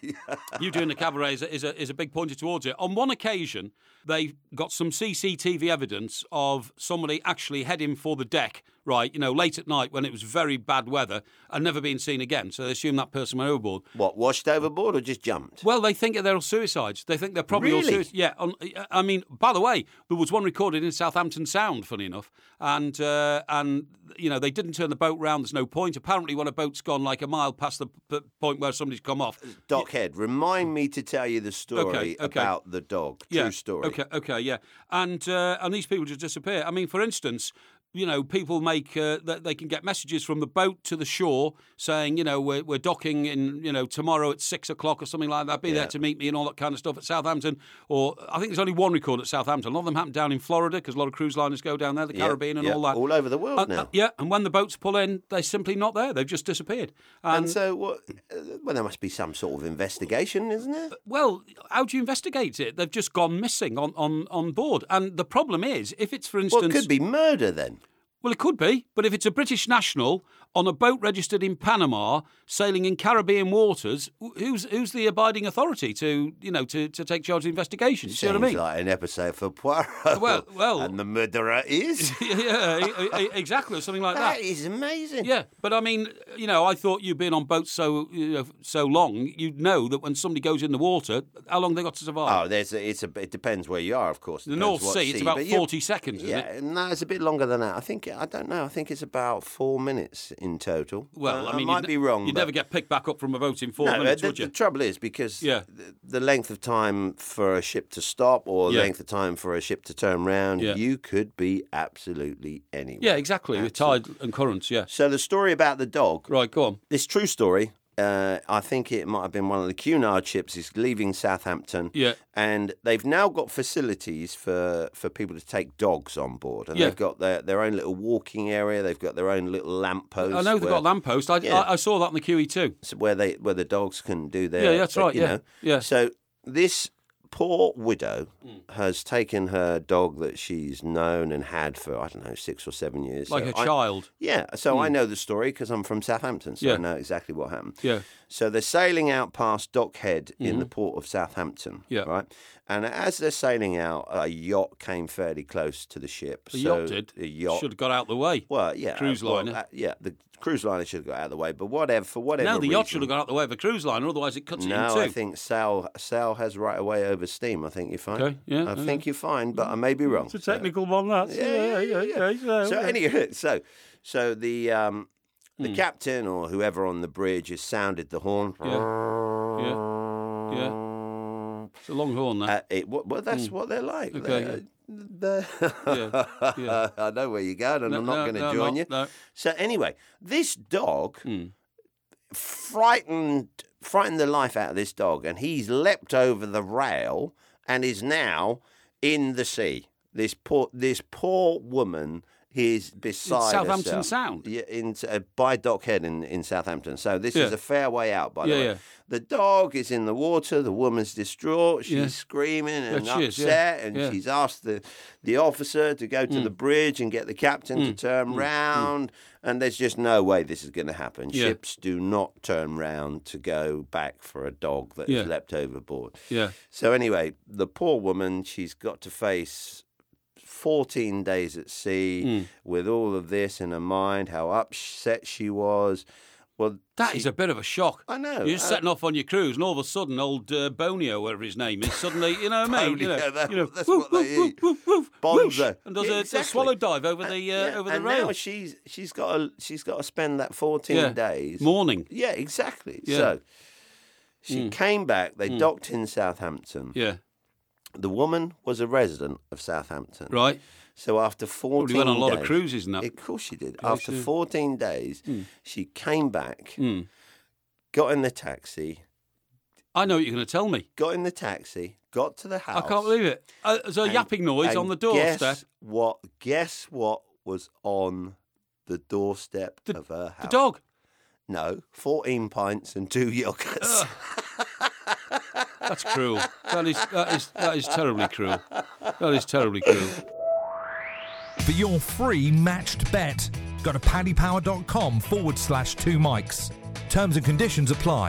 Speaker 2: you doing the cabaret is a, is, a, is a big pointer towards it. On one occasion, they got some CCTV evidence of somebody actually heading for the deck, right, you know, late at night when it was very bad weather and never being seen again. So they assume that person went overboard.
Speaker 3: what, washed overboard or just jumped?
Speaker 2: Well, they think they're all suicides. They think they're probably all
Speaker 3: Really?
Speaker 2: suicides. Yeah. On, uh, I mean, by the way, there was one recorded in Southampton Sound, funny enough, and uh, and you know they didn't turn the boat round. There's no point. Apparently, when a boat's gone like a mile past the p- point where somebody's come off.
Speaker 3: Dockhead, remind me to tell you the story
Speaker 2: Okay, okay.
Speaker 3: about the dog.
Speaker 2: Yeah.
Speaker 3: True story.
Speaker 2: Okay. Okay. Yeah. And uh, and these people just disappear. I mean, for instance. You know, people make uh, that they can get messages from the boat to the shore saying, you know, we're, we're docking in, you know, tomorrow at six o'clock or something like that. Be there to meet me and all that kind of stuff at Southampton. Or I think there's only one record at Southampton. A lot of them happen down in Florida because a lot of cruise liners go down there, the
Speaker 3: Yeah,
Speaker 2: Caribbean and
Speaker 3: yeah,
Speaker 2: all that.
Speaker 3: All over the world
Speaker 2: And-
Speaker 3: now.
Speaker 2: uh, yeah, and when the boats pull in, they're simply not there. They've just disappeared. And,
Speaker 3: And so, what, uh, well, there must be some sort of investigation, isn't there?
Speaker 2: Well, how do you investigate it? They've just gone missing on, on, on board. And the problem is, if it's, for
Speaker 3: Well,
Speaker 2: instance,
Speaker 3: it could be murder then.
Speaker 2: Well, it could be, but if it's a British national on a boat registered in Panama, sailing in Caribbean waters. Wh- Who's who's the abiding authority to you know to, to take charge of the investigation? See what I
Speaker 3: Seems
Speaker 2: mean?
Speaker 3: like an episode for Poirot.
Speaker 2: Well- well-
Speaker 3: and the murderer is.
Speaker 2: yeah, e- e- exactly, or something like that.
Speaker 3: that is amazing.
Speaker 2: Yeah, but I mean, you know, I thought you'd been on boats so you know, so long, you'd know that when somebody goes in the water, how long they got to survive.
Speaker 3: Oh, there's a, it's a, it depends where you are, of course.
Speaker 2: the North Sea, it's about forty seconds, isn't it?
Speaker 3: Yeah, no, it's a bit longer than that. I think I don't know. I think it's about four minutes in total.
Speaker 2: Well,
Speaker 3: Uh,
Speaker 2: I mean,
Speaker 3: I might
Speaker 2: you'd,
Speaker 3: be wrong.
Speaker 2: You'd
Speaker 3: but-
Speaker 2: never get picked back up from a boat in four
Speaker 3: no,
Speaker 2: minutes,
Speaker 3: the,
Speaker 2: would you?
Speaker 3: the trouble is because
Speaker 2: Yeah.
Speaker 3: the, the length of time for a ship to stop or the
Speaker 2: Yeah.
Speaker 3: length of time for a ship to turn round,
Speaker 2: Yeah.
Speaker 3: you could be absolutely anywhere.
Speaker 2: yeah, exactly. With tide and currents, yeah.
Speaker 3: So the story about the dog,
Speaker 2: Right, go on.
Speaker 3: this true story. Uh, I think it might have been one of the Cunard ships is leaving Southampton.
Speaker 2: Yeah.
Speaker 3: And they've now got facilities for, for people to take dogs on board. And
Speaker 2: Yeah.
Speaker 3: they've got their, their own little walking area. They've got their own little lamppost.
Speaker 2: I know they've
Speaker 3: where,
Speaker 2: got a lamppost. I,
Speaker 3: Yeah.
Speaker 2: I, I saw that on the E QE2.
Speaker 3: where they where the dogs can do their
Speaker 2: Yeah, that's
Speaker 3: uh,
Speaker 2: right,
Speaker 3: you
Speaker 2: yeah,
Speaker 3: know.
Speaker 2: yeah. Hmm.
Speaker 3: So this poor widow has taken her dog that she's known and had for I don't know six or seven years.
Speaker 2: Like
Speaker 3: So
Speaker 2: a
Speaker 3: I-
Speaker 2: child.
Speaker 3: yeah, so I know the story because I'm from Southampton, so
Speaker 2: Hmm. Yeah.
Speaker 3: I know exactly what happened.
Speaker 2: Yeah. Mm-hmm.
Speaker 3: So they're sailing out past Dock Head in the port of Southampton,
Speaker 2: Yeah.
Speaker 3: right? And as they're sailing out, a yacht came fairly close to the ship.
Speaker 2: The
Speaker 3: so
Speaker 2: yacht did.
Speaker 3: A yacht.
Speaker 2: Should have got out of the way.
Speaker 3: well, yeah,
Speaker 2: Cruise
Speaker 3: well,
Speaker 2: liner.
Speaker 3: uh, yeah, the cruise liner should have got out of the way, but whatever, for whatever.
Speaker 2: no, the yacht should
Speaker 3: reason-
Speaker 2: have got out of the way of a cruise liner, otherwise it cuts it in
Speaker 3: no,
Speaker 2: two.
Speaker 3: I think Sal Sal has right away over steam. I think you're fine.
Speaker 2: Okay, yeah,
Speaker 3: I
Speaker 2: okay.
Speaker 3: think you're fine, but I may be wrong.
Speaker 2: it's a technical one, that.
Speaker 3: Yeah, yeah, yeah. So anyway, so so the um, the
Speaker 2: Hmm.
Speaker 3: captain or whoever on the bridge has sounded the horn.
Speaker 2: Yeah. It's a long horn, that.
Speaker 3: Uh, it, well, well, that's what they're like.
Speaker 2: Okay,
Speaker 3: They're- they're-
Speaker 2: Yeah, yeah.
Speaker 3: I know where you're going, and
Speaker 2: No,
Speaker 3: I'm not
Speaker 2: no,
Speaker 3: going to
Speaker 2: no, I'm
Speaker 3: join
Speaker 2: not,
Speaker 3: you.
Speaker 2: no.
Speaker 3: So anyway, this dog frightened frightened the life out of this dog, and he's leapt over the rail and is now in the sea. This poor this poor woman is beside
Speaker 2: Southampton
Speaker 3: herself.
Speaker 2: Sound?
Speaker 3: Yeah, in uh, by Dockhead in, in Southampton. So this is
Speaker 2: Yeah.
Speaker 3: a fair way out, by the
Speaker 2: Yeah,
Speaker 3: way.
Speaker 2: yeah.
Speaker 3: The dog is in the water. The woman's distraught. She's
Speaker 2: Yeah.
Speaker 3: screaming and
Speaker 2: Yeah, she is,
Speaker 3: upset,
Speaker 2: yeah,
Speaker 3: and
Speaker 2: yeah. Mm.
Speaker 3: she's asked the the officer to go to the bridge and get the captain to turn round. And there's just no way this is going to happen.
Speaker 2: Yeah.
Speaker 3: Ships do not turn round to go back for a dog that
Speaker 2: Yeah.
Speaker 3: has leapt overboard.
Speaker 2: Yeah.
Speaker 3: So anyway, the poor woman, she's got to face 14 days at sea
Speaker 2: Hmm.
Speaker 3: with all of this in her mind, how upset she was. Well,
Speaker 2: That is a bit of a shock.
Speaker 3: I know.
Speaker 2: You're just setting off on your cruise, and all of a sudden, old uh, Bonio, whatever his name is, suddenly, you know what I mean? you know,
Speaker 3: Bonio, that-
Speaker 2: you know,
Speaker 3: that's
Speaker 2: woof,
Speaker 3: what they
Speaker 2: woof,
Speaker 3: eat.
Speaker 2: woof, woof, woof, whoosh,
Speaker 3: Bonzo.
Speaker 2: and does
Speaker 3: Yeah,
Speaker 2: a, a
Speaker 3: exactly.
Speaker 2: swallow dive over the uh,
Speaker 3: yeah,
Speaker 2: over the
Speaker 3: and
Speaker 2: rail.
Speaker 3: now she's she's got to, she's got to spend that 14
Speaker 2: Yeah.
Speaker 3: days.
Speaker 2: Morning.
Speaker 3: Yeah, exactly.
Speaker 2: Yeah. Hmm.
Speaker 3: So she came back. They docked in Southampton.
Speaker 2: Yeah.
Speaker 3: The woman was a resident of Southampton.
Speaker 2: Right.
Speaker 3: So after 14
Speaker 2: Probably went on a lot
Speaker 3: days,
Speaker 2: of cruises and that.
Speaker 3: Of course she did. After 14 days,
Speaker 2: Hmm.
Speaker 3: she came back,
Speaker 2: Mm.
Speaker 3: got in the taxi,
Speaker 2: I know what you're going to tell me.
Speaker 3: got in the taxi, got to the house.
Speaker 2: I can't believe it. Uh, there's a
Speaker 3: and-
Speaker 2: yapping noise
Speaker 3: and
Speaker 2: on the
Speaker 3: guess
Speaker 2: doorstep.
Speaker 3: What? Guess what was on the doorstep
Speaker 2: The-
Speaker 3: of her house?
Speaker 2: The dog.
Speaker 3: No, 14 pints and two yogurts.
Speaker 2: That's cruel. That is that is that is terribly cruel. That is terribly cruel.
Speaker 1: For your free matched bet, go to paddypower.com forward slash two mics. Terms and conditions apply.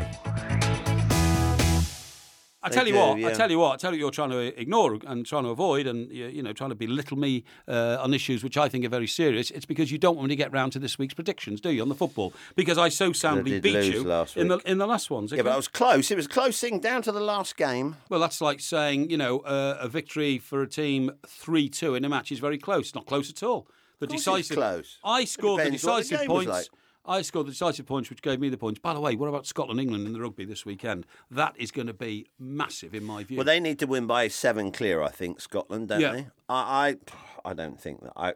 Speaker 2: I
Speaker 3: They
Speaker 2: tell you
Speaker 3: do,
Speaker 2: what. I
Speaker 3: yeah.
Speaker 2: tell you what. I tell you, what you're trying to ignore and trying to avoid, and you you know, trying to belittle me uh, on issues which I think are very serious. It's because you don't want me to get round to this week's predictions, do you, on the football? Because I so soundly
Speaker 3: did
Speaker 2: beat
Speaker 3: lose
Speaker 2: you
Speaker 3: last
Speaker 2: in the
Speaker 3: week.
Speaker 2: in the last ones.
Speaker 3: yeah,
Speaker 2: okay?
Speaker 3: but it was close. It was a close thing down to the last game.
Speaker 2: Well, that's like saying you know uh, a victory for a team three two in a match is very close. Not close at all. The
Speaker 3: course it's
Speaker 2: decisive.
Speaker 3: close.
Speaker 2: I
Speaker 3: It
Speaker 2: scored the
Speaker 3: depends what the
Speaker 2: decisive
Speaker 3: game was
Speaker 2: points.
Speaker 3: like.
Speaker 2: I scored the decisive points, which gave me the points. By the way, what about Scotland England in the rugby this weekend? That is going to be massive in my view.
Speaker 3: Well, they need to win by seven clear, I think, Scotland, don't
Speaker 2: Yeah.
Speaker 3: they? I, I, I don't think that. I,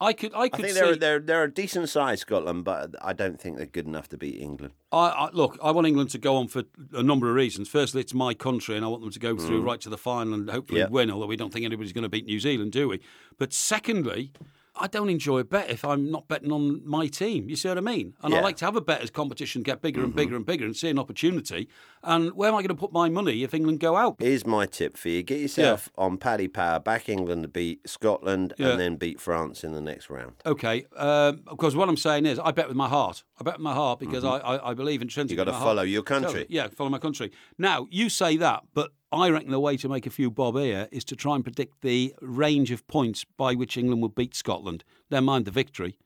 Speaker 2: I could, I
Speaker 3: I
Speaker 2: could
Speaker 3: think
Speaker 2: see.
Speaker 3: they're, they're, they're a decent size, Scotland, but I don't think they're good enough to beat England.
Speaker 2: I, I, look, I want England to go on for a number of reasons. Firstly, it's my country, and I want them to go through right to the final and hopefully
Speaker 3: Mm-hmm. Yeah.
Speaker 2: win. Although we don't think anybody's going to beat New Zealand, do we? But secondly, I don't enjoy a bet if I'm not betting on my team. You see what I mean? And I
Speaker 3: Yeah. Mm-hmm.
Speaker 2: like to have a bet as competition get bigger and bigger and bigger and see an opportunity. And where am I going to put my money if England go out?
Speaker 3: Here's my tip for you: get yourself on Paddy Power, back England to beat Scotland,
Speaker 2: Yeah.
Speaker 3: and then beat France in the next round.
Speaker 2: Okay, um, of course. What I'm saying is, I bet with my heart. I bet with my heart because I, I, I believe intrinsically.
Speaker 3: Mm-hmm. You gotta
Speaker 2: in my
Speaker 3: follow
Speaker 2: heart.
Speaker 3: your country.
Speaker 2: So, yeah, follow my country. Now you say that, but I reckon the way to make a few bob here is to try and predict the range of points by which England will beat Scotland. Never mind the victory.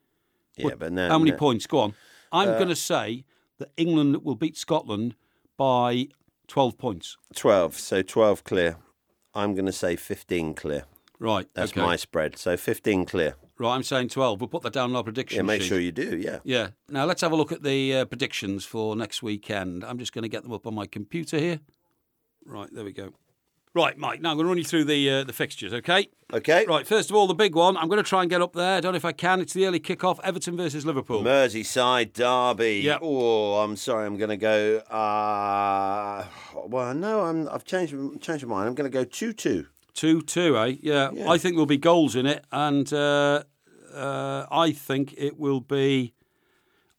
Speaker 3: Yeah, but then
Speaker 2: How many points? Go on. I'm
Speaker 3: uh,
Speaker 2: going to say that England will beat Scotland by 12 points.
Speaker 3: Twelve. So twelve clear. I'm going to say fifteen clear.
Speaker 2: Right.
Speaker 3: That's
Speaker 2: okay.
Speaker 3: my spread. So fifteen clear.
Speaker 2: Right, I'm saying 12. We'll put that down in our prediction
Speaker 3: Yeah, make
Speaker 2: sheet.
Speaker 3: sure you do. Yeah.
Speaker 2: Yeah. Now let's have a look at the uh, predictions for next weekend. I'm just going to get them up on my computer here. Right, there we go. Right, Mike. Now I'm going to run you through the uh, the fixtures, okay?
Speaker 3: Okay.
Speaker 2: Right, first of all, the big one. I'm going to try and get up there. I don't know if I can. It's the early kick-off. Everton versus Liverpool.
Speaker 3: Merseyside derby.
Speaker 2: Yep.
Speaker 3: Oh, I'm sorry. I'm going to go. Uh, well, no, I'm, I've changed changed my mind. I'm going to go two-two.
Speaker 2: Two-two, eh? Yeah. I think there'll be goals in it, and uh, uh, I think it will be.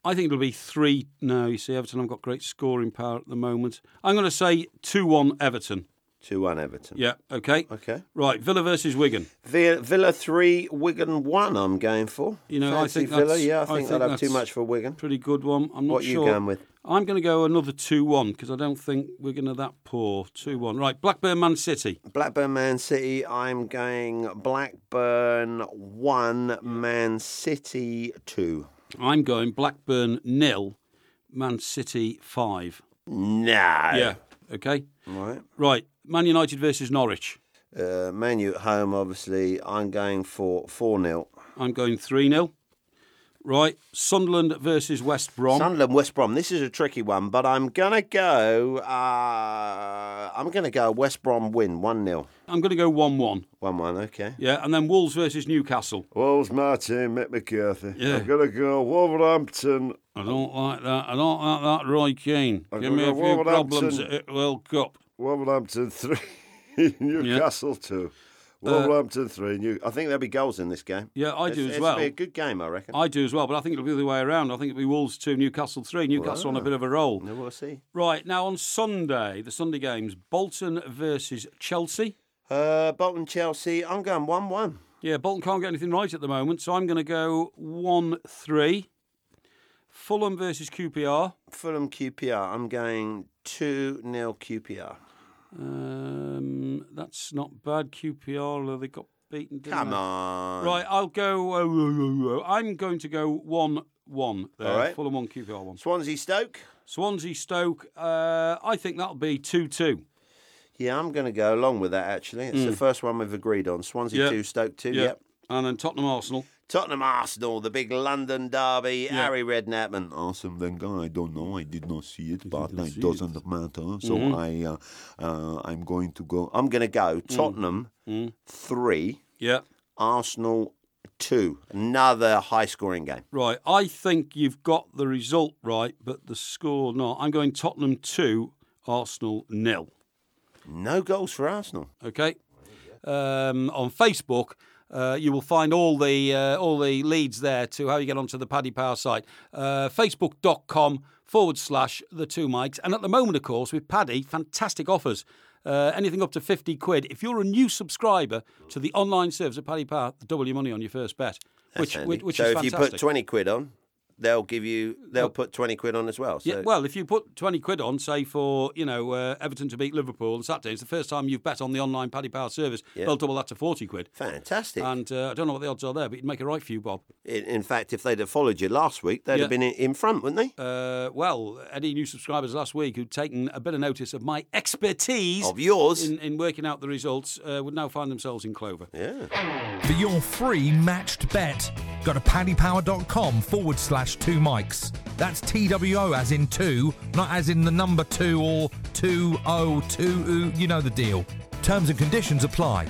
Speaker 2: I think it'll be three. No, you see, Everton. I've got great scoring power at the moment. I'm going to say two-one Everton.
Speaker 3: Two-one Everton.
Speaker 2: Yeah. Okay.
Speaker 3: Okay.
Speaker 2: Right, Villa versus Wigan.
Speaker 3: Villa, Villa three, Wigan one. I'm going for.
Speaker 2: You know, I
Speaker 3: Fancy
Speaker 2: think
Speaker 3: Villa.
Speaker 2: that's-
Speaker 3: Yeah,
Speaker 2: I
Speaker 3: I think
Speaker 2: think
Speaker 3: I'd have too
Speaker 2: that's-
Speaker 3: much for Wigan.
Speaker 2: Pretty good one. I'm not
Speaker 3: What you
Speaker 2: sure.
Speaker 3: going with?
Speaker 2: I'm going to go another 2 1 because I don't think we're going to that poor. 2 1. Right, Blackburn Man City.
Speaker 3: Blackburn, Man City. I'm going Blackburn one, Man City two.
Speaker 2: I'm going Blackburn nil, Man City 5.
Speaker 3: No.
Speaker 2: Yeah. Okay.
Speaker 3: Right.
Speaker 2: Right, Man United versus Norwich.
Speaker 3: Uh, Manu at home, obviously. I'm going for four 0
Speaker 2: I'm going 3 0. Right, Sunderland versus West Brom.
Speaker 3: Sunderland, West Brom. This is a tricky one, but I'm gonna go. Uh, I'm gonna go West Brom win one 0
Speaker 2: I'm going to go 1 1.
Speaker 3: one one. Okay.
Speaker 2: Yeah, and then Wolves versus Newcastle.
Speaker 3: Wolves, Martin, Mick McCarthy.
Speaker 2: Yeah. I'm
Speaker 3: gonna go Wolverhampton.
Speaker 2: I don't like that. I don't like that Roy Keane.
Speaker 4: I'm
Speaker 2: Give
Speaker 4: gonna
Speaker 2: me a
Speaker 4: go
Speaker 2: few
Speaker 4: Wolverhampton.
Speaker 2: problems at World Cup.
Speaker 4: Wolverhampton three, Newcastle two. Wolverhampton three. New.
Speaker 3: I think there'll be goals in this game.
Speaker 2: Uh, Yeah, I
Speaker 3: It's-
Speaker 2: do as
Speaker 3: it's
Speaker 2: well.
Speaker 3: Be a good game, I reckon.
Speaker 2: I do as well, but I think it'll be the other way around. I think it'll be Wolves 2, Newcastle 3. Newcastle on a bit of a roll.
Speaker 3: No, we'll see.
Speaker 2: Right, now on Sunday, the Sunday games, Bolton versus Chelsea.
Speaker 3: Uh, Bolton, Chelsea. I'm going one-one.
Speaker 2: Yeah, Bolton can't get anything right at the moment, so I'm going to go 1 3. Fulham versus QPR.
Speaker 3: Fulham, QPR. I'm going two 0 QPR.
Speaker 2: Um, that's not bad. QPR, although they got beaten. didn't
Speaker 3: Come
Speaker 2: they?
Speaker 3: on.
Speaker 2: Right, I'll go. Uh, I'm going to go 1 1. There.
Speaker 3: All right.
Speaker 2: Fulham 1, QPR 1.
Speaker 3: Swansea, Stoke.
Speaker 2: Swansea Stoke, uh, I think that'll be 2 2.
Speaker 3: Yeah, I'm going to go along with that. Actually, it's the first one we've agreed on. Swansea
Speaker 2: Mm. Yeah.
Speaker 3: two, Stoke two.
Speaker 2: Yeah.
Speaker 3: Yep.
Speaker 2: And then Tottenham Arsenal.
Speaker 3: Tottenham Arsenal, the big London derby. Harry Redknapp and Arsene Wenger. I don't know. I did not see it, but it doesn't matter. So
Speaker 2: Mm-hmm.
Speaker 3: I, uh, uh, I'm going to go. I'm going to go
Speaker 2: Mm.
Speaker 3: Tottenham three,
Speaker 2: Yeah.
Speaker 3: Arsenal two. Another high-scoring game.
Speaker 2: Right. I think you've got the result right, but the score not. I'm going Tottenham 2, Arsenal nil.
Speaker 3: No goals for Arsenal.
Speaker 2: Okay. Um, on Facebook, uh, you will find all the uh, all the leads there to how you get onto the Paddy Power site. Uh, Facebook.com forward slash the two mics. And at the moment, of course, with Paddy, fantastic offers. Uh, anything up to 50 quid. If you're a new subscriber to the online service of Paddy Power, double your money on your first bet, which,
Speaker 3: Sandy.
Speaker 2: which, which
Speaker 3: so
Speaker 2: is
Speaker 3: if
Speaker 2: fantastic.
Speaker 3: you put twenty quid on, they'll give you. They'll put twenty quid on as well. So
Speaker 2: Yeah, well, if you put 20 quid on, say, for, you know, uh, Everton to beat Liverpool on Saturday, it's the first time you've bet on the online Paddy Power service, they'll double that to 40 quid.
Speaker 3: fantastic.
Speaker 2: And uh, I don't know what the odds are there, but you'd make a right few, Bob.
Speaker 3: in, in fact, if they'd have followed you last week, they'd
Speaker 2: Yeah.
Speaker 3: have been in, in front, wouldn't they?
Speaker 2: Uh, well, any new subscribers last week who'd taken a bit of notice of my expertise
Speaker 3: of yours.
Speaker 2: in, in working out the results uh, would now find themselves in clover.
Speaker 3: yeah.
Speaker 1: For your free matched bet, go to paddypower.com forward slash two mics. That's TWO as in two, not as in the number two or two oh two, oo, you know the deal. Terms and conditions apply.